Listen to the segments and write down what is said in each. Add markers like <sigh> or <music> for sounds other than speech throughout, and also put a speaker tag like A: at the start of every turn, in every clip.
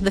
A: The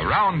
B: Around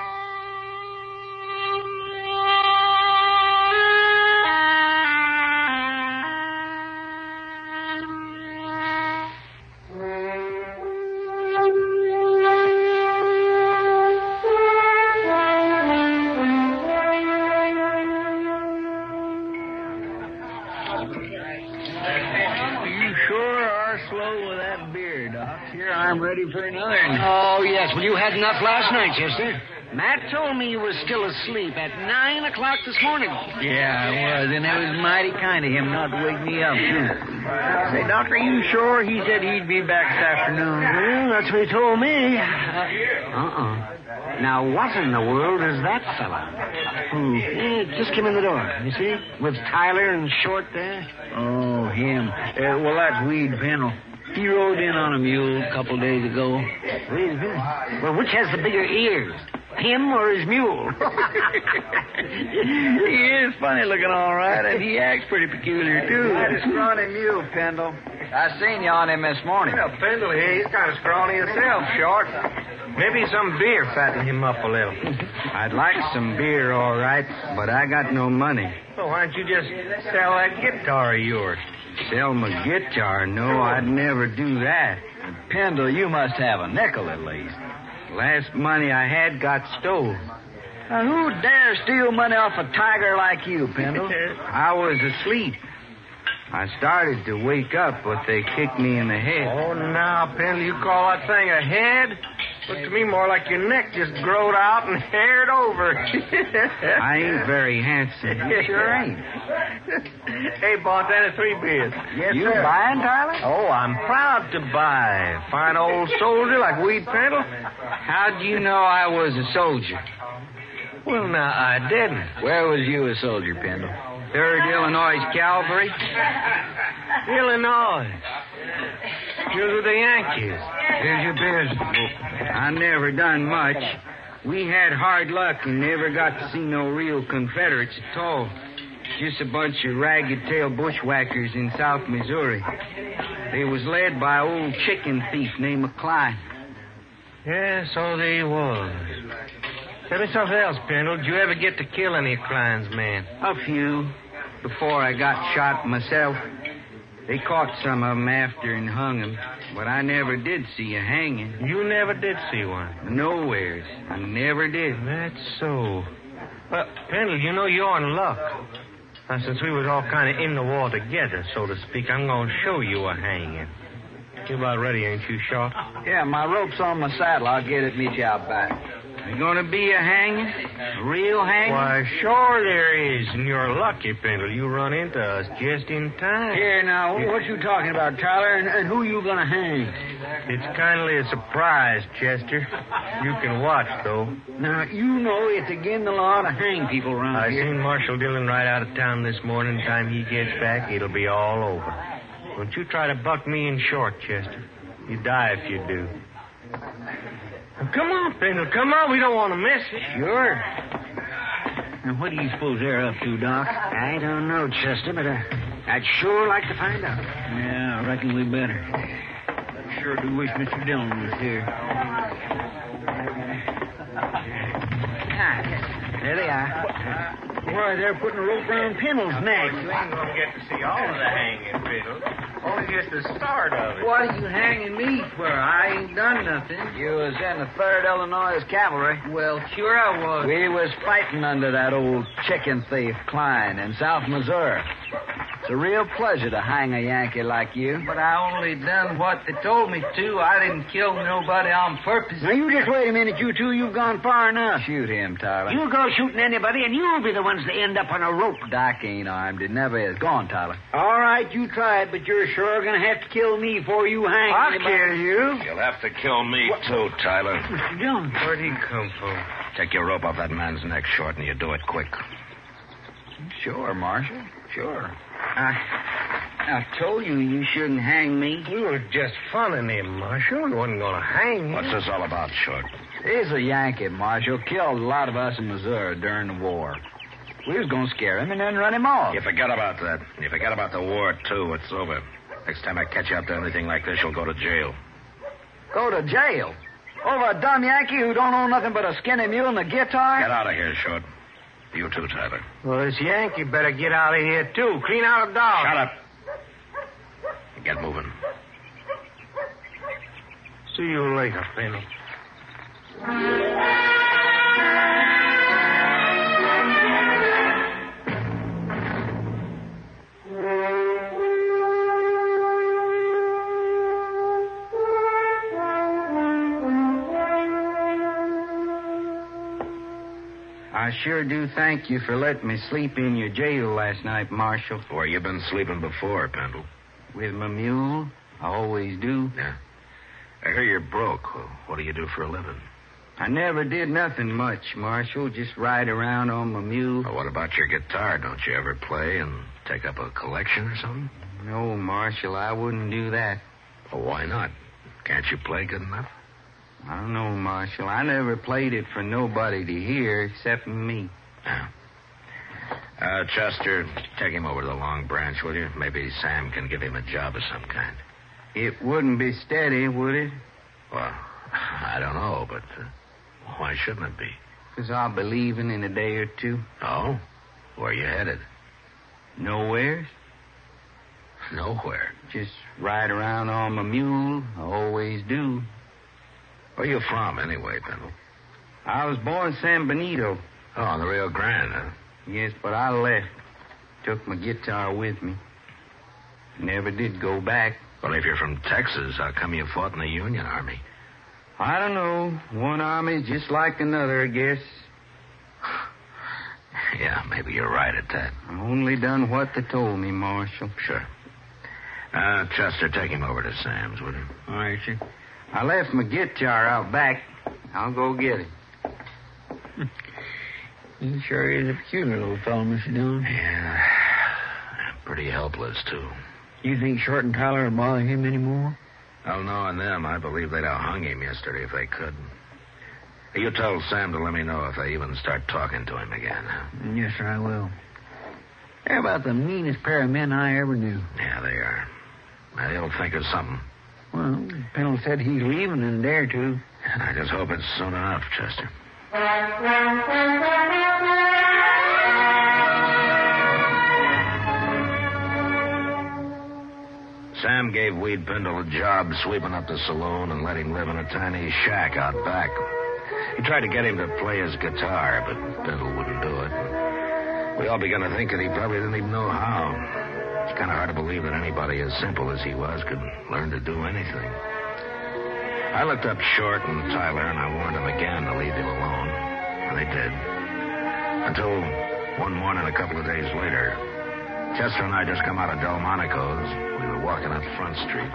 C: You sure are slow with that beer, Doc. Here, I'm ready for another.
D: Oh, yes. Well, you had enough last night, Chester.
C: Matt told me you were still asleep at 9 o'clock this morning.
D: Yeah, I was, and it was mighty kind of him not to wake me up.
C: <laughs> Say, Doctor, you sure he said he'd be back this afternoon? Well, Hmm, that's what he told me. Uh-uh. Now, what in the world is that fella? Who? Hmm, just came in the door, you see? With Tyler and Short there.
D: Oh, him. Uh, well, that's Weed Pennell. He rode in on a mule a couple days ago.
C: Wait a minute. Well, which has the bigger ears? Him or his mule?
D: <laughs> He is funny looking, all right, and he acts pretty peculiar, too.
E: That is scrawny mule, Pendle. I seen you on him this morning.
F: Yeah, Pendle here, he's kind of scrawny himself, short. Maybe some beer fattened him up a little.
E: I'd like some beer, all right, but I got no money.
F: Well, why don't you just sell that guitar of yours?
E: Sell my guitar? No, I'd never do that. Pendle, you must have a nickel at least. Last money I had got stole. Now, who dares steal money off a tiger like you, Pendle? <laughs> I was asleep. I started to wake up, but they kicked me in the head.
F: Oh, now, Pendle, you call that thing a head? Looked to me more like your neck just growed out and haired
E: <laughs>
F: over.
E: I ain't very
F: <laughs>
E: handsome.
F: You sure ain't. hey, Montana, three beers.
E: Yes,
F: you
E: sir.
F: buying, Tyler? Oh, I'm proud to buy. Fine old soldier like Weed Pendle.
E: How'd you know I was a soldier?
F: Well, now, I didn't.
E: Where was you a soldier, Pendle? Third Illinois Cavalry?
F: Illinois. You were the Yankees.
E: Here's your beers. I never done much. We had hard luck and never got to see no real Confederates at all. Just a bunch of ragged-tailed bushwhackers in South Missouri. They was led by old chicken thief named McCline.
F: Yeah, so they was. Tell me something else, Pendle. Did you ever get to kill any of Klein's men?
E: A few. Before I got shot myself, they caught some of 'em after and hung 'em, But I never did see a hanging.
F: You never did see one.
E: Nowheres. I never did.
F: That's so. Well, Pendle, you know you're in luck. Now, since we was all kind of in the war together, so to speak, I'm going to show you a hanging. You about ready, ain't you, Shaw?
E: Yeah, my rope's on my saddle. I'll get it, meet you out back. You gonna be a hanging? A real hanging?
F: Why, sure there is, and you're lucky, Pendle. You run into us just in time.
D: Here now, what you talking about, Tyler? And, and who you gonna hang?
F: It's kindly a surprise, Chester. You can watch, though.
D: Now you know it's again the law to hang people around
F: I
D: here.
F: seen Marshal Dillon ride out of town this morning. Time he gets back, it'll be all over. Don't you try to buck me in short, Chester. You die if you do. Now, Come on, Pendle. Come on. We don't want to miss it.
D: Sure. And what do you suppose they're up to, Doc? I don't know, Chester, but uh, I'd sure like to find out. Yeah, I reckon we better. Sure do wish Mr. Dillon was here. Ah, there they are. Boy, they're putting a rope around Pennell's neck.
F: ain't gonna get to see all of the hanging, Pendle. Only just the start of
D: What are you hanging me for? I ain't done nothing.
E: You was in the 3rd Illinois Cavalry.
D: Well, sure I was.
E: We was fighting under that old chicken thief, Klein, in South Missouri. It's a real pleasure to hang a Yankee like you.
D: But I only done what they told me to. I didn't kill nobody on purpose. Now you just wait a minute, you two. You've gone far enough.
E: Shoot him, Tyler.
D: You go shooting anybody, and you'll be the ones that end up on a rope.
E: Dyke ain't armed. It never is. Go on, Tyler.
D: All right, you tried, but you're sure gonna have to kill me before you hang.
E: I'll
D: anybody.
E: kill you.
G: You'll have to kill me, too, Tyler.
D: Mr. Jones.
F: Where'd he come from?
G: Take your rope off that man's neck short, and you do it quick.
E: Sure, Marshal. Sure. I, I told you you shouldn't hang me.
F: We were just funning him, Marshal. We wasn't gonna hang him.
G: What's this all about, Short?
E: He's a Yankee, Marshal. Killed a lot of us in Missouri during the war. We was gonna scare him and then run him off.
G: You forget about that. You forget about the war, too. It's over. Next time I catch you up to anything like this, you'll go to jail.
E: Go to jail. Over a dumb Yankee who don't own nothing but a skinny mule and a guitar?
G: Get out of here, Short. You too, Tyler.
F: Well, this Yankee better get out of here, too. Clean out a dog.
G: Shut up. Get moving.
F: See you later, Penny.
E: I sure do thank you for letting me sleep in your jail last night, Marshal.
G: Where you been sleeping before, Pendle?
E: With my mule. I always do.
G: Yeah. I hear you're broke. Well, What do you do for a living?
E: I never did nothing much, Marshal. Just ride around on my mule.
G: Well, what about your guitar? Don't you ever play and take up a collection or something?
E: No, Marshal, I wouldn't do that.
G: Well, why not? Can't you play good enough?
E: I don't know, Marshal. I never played it for nobody to hear except me.
G: Yeah. Uh, Chester, take him over to the Long Branch, will you? Maybe Sam can give him a job of some kind.
E: It wouldn't be steady, would it?
G: Well, I don't know, but uh, why shouldn't it be?
E: Because I'll be leaving in a day or two.
G: Oh? Where are you headed?
E: Nowhere.
G: Nowhere.
E: Just ride around on my mule. I always do.
G: Where you from, anyway, Pendle?
E: I was born San Benito.
G: Oh, on the Rio Grande, huh?
E: Yes, but I left. Took my guitar with me. Never did go back.
G: Well, if you're from Texas, how come you fought in the Union Army? <laughs>
E: I don't know. One army's just like another, I guess.
G: yeah, maybe you're right at that.
E: I've only done what they told me, Marshal.
G: Sure. Uh, Chester, take him over to Sam's, will you?
E: All right, sir. I left my guitar out back. I'll go get it.
D: Hmm. He sure is a peculiar little fellow, Mr. Dillon.
G: Yeah. Pretty helpless, too.
D: You think Short and Tyler will bother him anymore?
G: Well, knowing Oh, them, I believe they'd have hung him yesterday if they could. You tell Sam to let me know if they even start talking to him again. huh?
D: Yes, sir, I will. They're about the meanest pair of men I ever knew.
G: Yeah, they are. Now, they'll think of something.
D: Well, Pennell said he's leaving in a day or two.
G: I just hope it's soon enough, Chester. Sam gave Weed Pendle a job sweeping up the saloon and let him live in a tiny shack out back. He tried to get him to play his guitar, but Pendle wouldn't do it. We all began to think that he probably didn't even know how. It's kind of hard to believe that anybody as simple as he was could learn to do anything. I looked up Short and Tyler, and I warned them again to leave him alone. And they did. Until one morning, a couple of days later, Chester and I just come out of Delmonico's. We were walking up Front Street.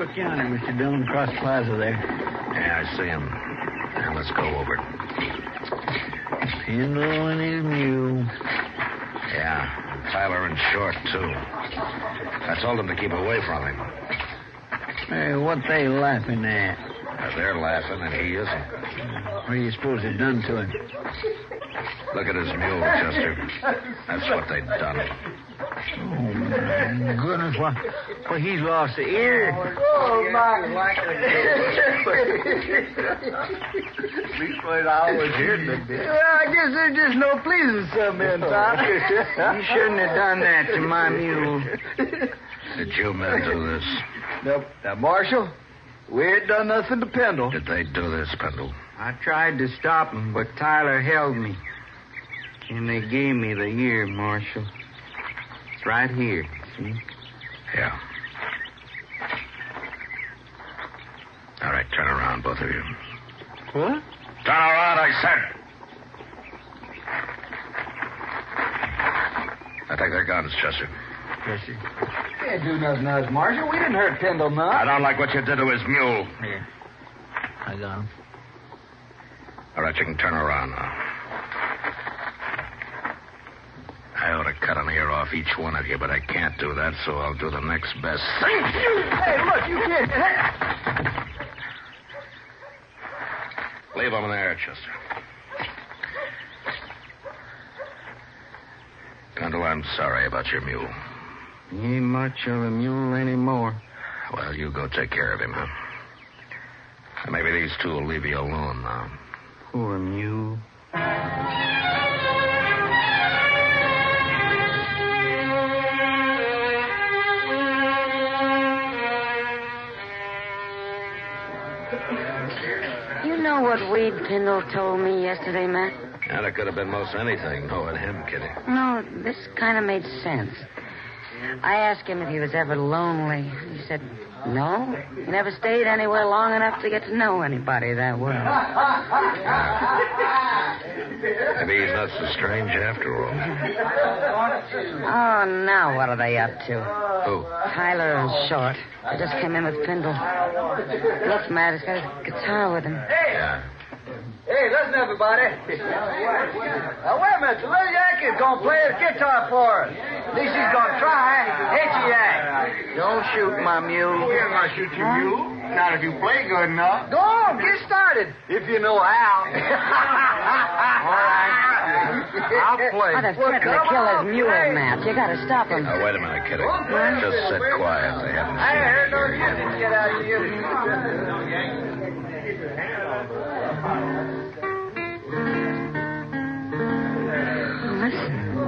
D: Look yonder, Mr. Dillon, cross plaza there.
G: Yeah, I see him. Now let's go over. it.
D: You know I need you.
G: Yeah, and Tyler and Short, too. I told them to keep away from him.
D: Hey, what they laughing at?
G: Now, They're laughing, and he isn't.
D: What do you suppose they done to him?
G: Look at his mule, Chester. That's what they've done.
D: Goodness, why, why he's lost the ear.
E: Oh, my. Well, I guess there's just no pleasing some men, Tom.
D: You shouldn't have done that to my mule.
G: Did you men do this?
E: Now, now, Marshal, we ain't done nothing to Pendle.
G: Did they do this, Pendle?
D: I tried to stop him, but Tyler held me. And they gave me the ear, Marshal. It's right here, see?
G: Yeah. All right, turn around, both of you.
D: What?
G: Turn around, I said. I take their guns, Chester.
D: Yes, sir.
E: Can't do nothing to us, Marshal. We didn't hurt Pendle none.
G: I don't like what you did to his mule.
D: Here. I got him.
G: All right, you can turn around now. I ought to cut an ear off each one of you, but I can't do that, so I'll do the next best thing.
E: Hey, look, you can't.
G: Leave them there, Chester. Kendall, I'm sorry about your mule.
D: He ain't much of a mule anymore.
G: Well, you go take care of him, huh? And Maybe these two will leave you alone now.
D: Poor mule.
H: You know what Wade Pendle told me yesterday, Matt?
G: Yeah, that could have been most anything, knowing him, Kitty.
H: No, this kind of made sense. I asked him if he was ever lonely. He said, no. He never stayed anywhere long enough to get to know anybody that well.
G: Maybe he's not so strange after all.
H: Oh, now what are they up to?
G: Who?
H: Tyler and Short. I just came in with Pendle. Look, Matt, he's got his guitar with him.
G: Yeah.
E: Hey, listen, everybody. Now, wait a minute. Lil Yankee's gonna play his guitar for us. At least he's gonna try. Ain't she, Yank? Don't shoot my mule. You're gonna shoot your mule? Not if you play good enough. Go on, get started. If you know how. <laughs> All right. I'll play.
H: Oh, they're threatening to kill his mule, Matt. You gotta stop him.
G: Now, wait a minute, Kitty. Just sit quiet. They haven't
E: I
G: seen
E: ain't heard
G: you
E: no
G: here yet.
E: music get out of you.
H: Listen.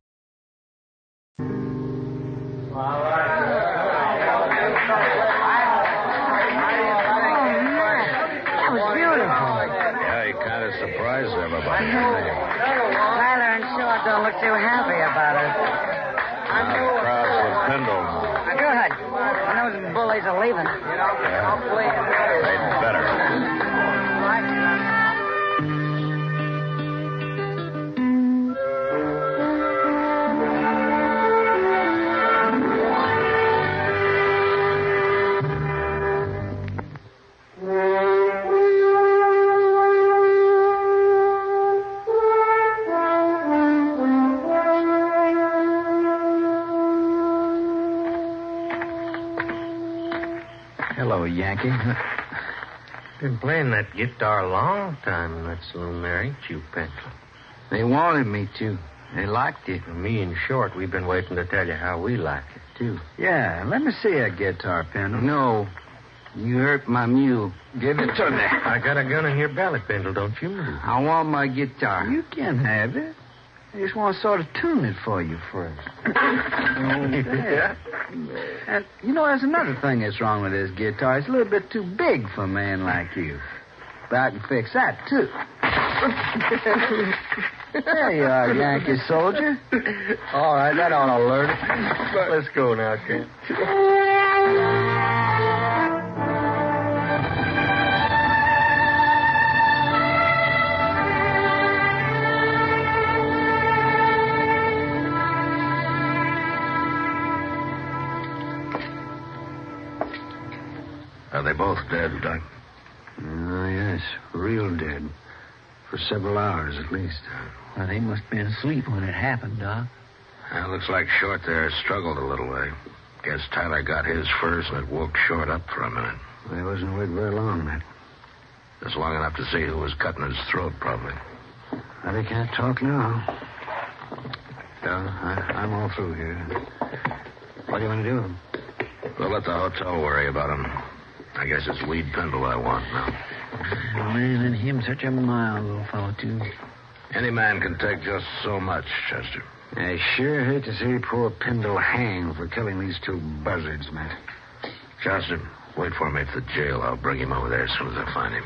H: That was beautiful.
G: Yeah, he kind of surprised everybody.
H: Tyler and Shaw don't look too happy about it.
G: Now, the crowd's with Pendle.
H: Good. When those bullies are leaving.
G: They'd better.
E: Hello, Yankee.
F: <laughs> Been playing that guitar a long time in that saloon there, ain't you, Pencil?
E: They wanted me to. They liked it.
F: Me and Short, we've been waiting to tell you how we like it, too.
E: Yeah, let me see that guitar, Pendle. No. You hurt my mule. Give it to me.
F: I got a gun in your belly, Pendle, don't you move.
E: I want my guitar. You can have it. I just want to sort of tune it for you first. yeah. And, you know, there's another thing that's wrong with this guitar. It's a little bit too big for a man like you. But I can fix that, too. there you are, Yankee soldier. All right, that ought to alert it. Let's go now, kid.
G: Are they both dead, Doc?
E: Ah, yes, real dead. For several hours, at least. Well, they must have been asleep when it happened, Doc.
G: Yeah, looks like Short there struggled a little. I guess Tyler got his first, and it woke Short up for a minute.
E: They wasn't awake very long, that.
G: Just long enough to see who was cutting his throat, probably.
E: But they can't talk now. No, I, I'm all through here. What do you want to do?
G: We'll let the hotel worry about him. I guess it's Weed Pendle I want now.
E: Man, and him such a mild little fellow, too.
G: Any man can take just so much, Chester.
E: I sure hate to see poor Pendle hang for killing these two buzzards, Matt.
G: Chester, wait for me at the jail. I'll bring him over there as soon as I find him.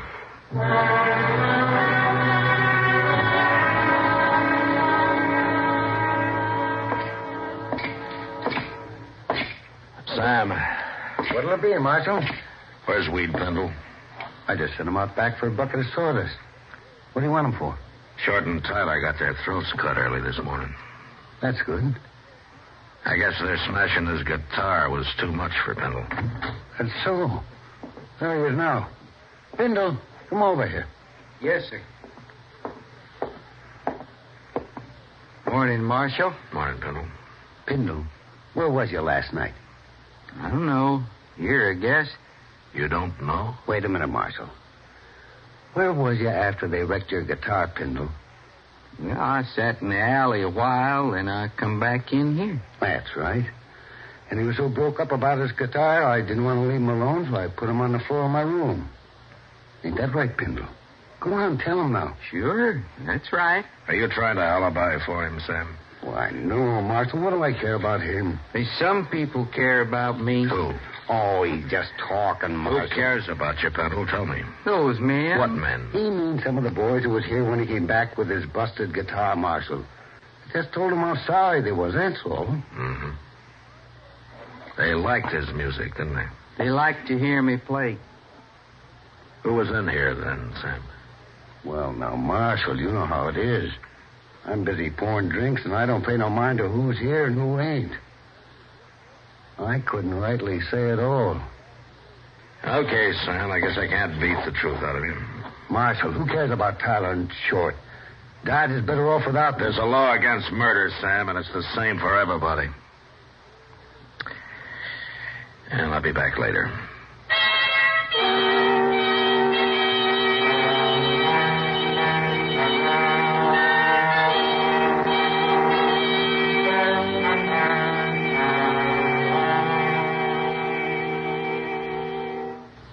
G: Sam,
E: What'll it be, Marshal?
G: where's Weed Pendle?
E: I just sent him out back for a bucket of sawdust. What do you want him for?
G: Short and Tyler got their throats cut early this morning.
E: That's good.
G: I guess their smashing his guitar was too much for Pendle.
E: That's so. There he is now. Bindle, come over here. Yes, sir. Morning, Marshal.
G: Morning, Pendle.
E: Bindle, where was you last night? I don't know. Here, I guess.
G: You don't know?
E: Wait a minute, Marshal. Where was you after they wrecked your guitar, Pendle? Well, I sat in the alley a while, and I come back in here. That's right. And he was so broke up about his guitar, I didn't want to leave him alone, so I put him on the floor of my room. Ain't that right, Pendle? Go on, tell him now. Sure, that's right.
G: Are you trying to alibi for him, Sam?
E: Why, no, Marshal. What do I care about him? Some people care about me.
G: Who?
E: Oh, he's just talking,
G: Who cares about you, Pendle? Tell me.
E: Those men.
G: What men?
E: He means some of the boys who was here when he came back with his busted guitar, Marshal. I just told him how sorry they was, that's all.
G: hmm They liked his music, didn't they?
E: They like to hear me play.
G: Who was in here then, Sam?
I: Well, now, Marshal, you know how it is. I'm busy pouring drinks, and I don't pay no mind to who's here and who ain't. I couldn't rightly say it all.
E: Okay, Sam, I guess I can't beat the truth out of you.
I: Marshal, who cares about Tyler and Short? Dad is better off without this.
E: There's a law against murder, Sam, and it's the same for everybody. And I'll be back later.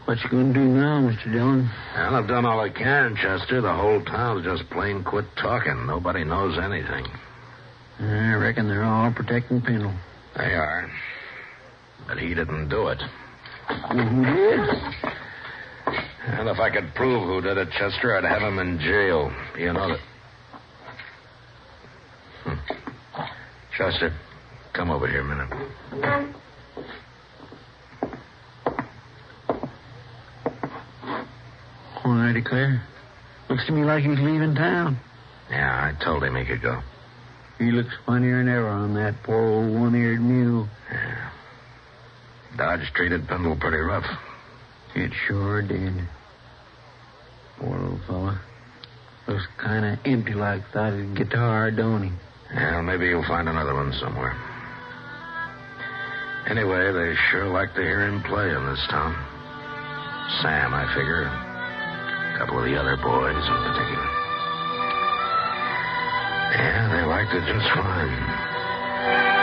F: What you gonna do now, Mr. Dillon?
E: Well, I've done all I can, Chester. The whole town's just plain quit talking. Nobody knows anything.
F: I reckon they're all protecting Pendle.
E: They are. But he didn't do it.
F: Who did?
E: And if I could prove who did it, Chester, I'd have him in jail. You know that. Hmm. Chester, come over here a minute.
F: Well, I declare. Looks to me like he's leaving town.
E: Yeah, I told him he could go.
F: He looks funnier than ever on that poor old one-eared mule.
E: Dodge treated Pendle pretty rough.
F: It sure did. Poor old fella. Looks kind of empty like without his guitar, don't he?
E: Well, maybe you'll find another one somewhere. Anyway, they sure like to hear him play in this town. Sam, I figure. A couple of the other boys in particular. Yeah, they liked it just fine.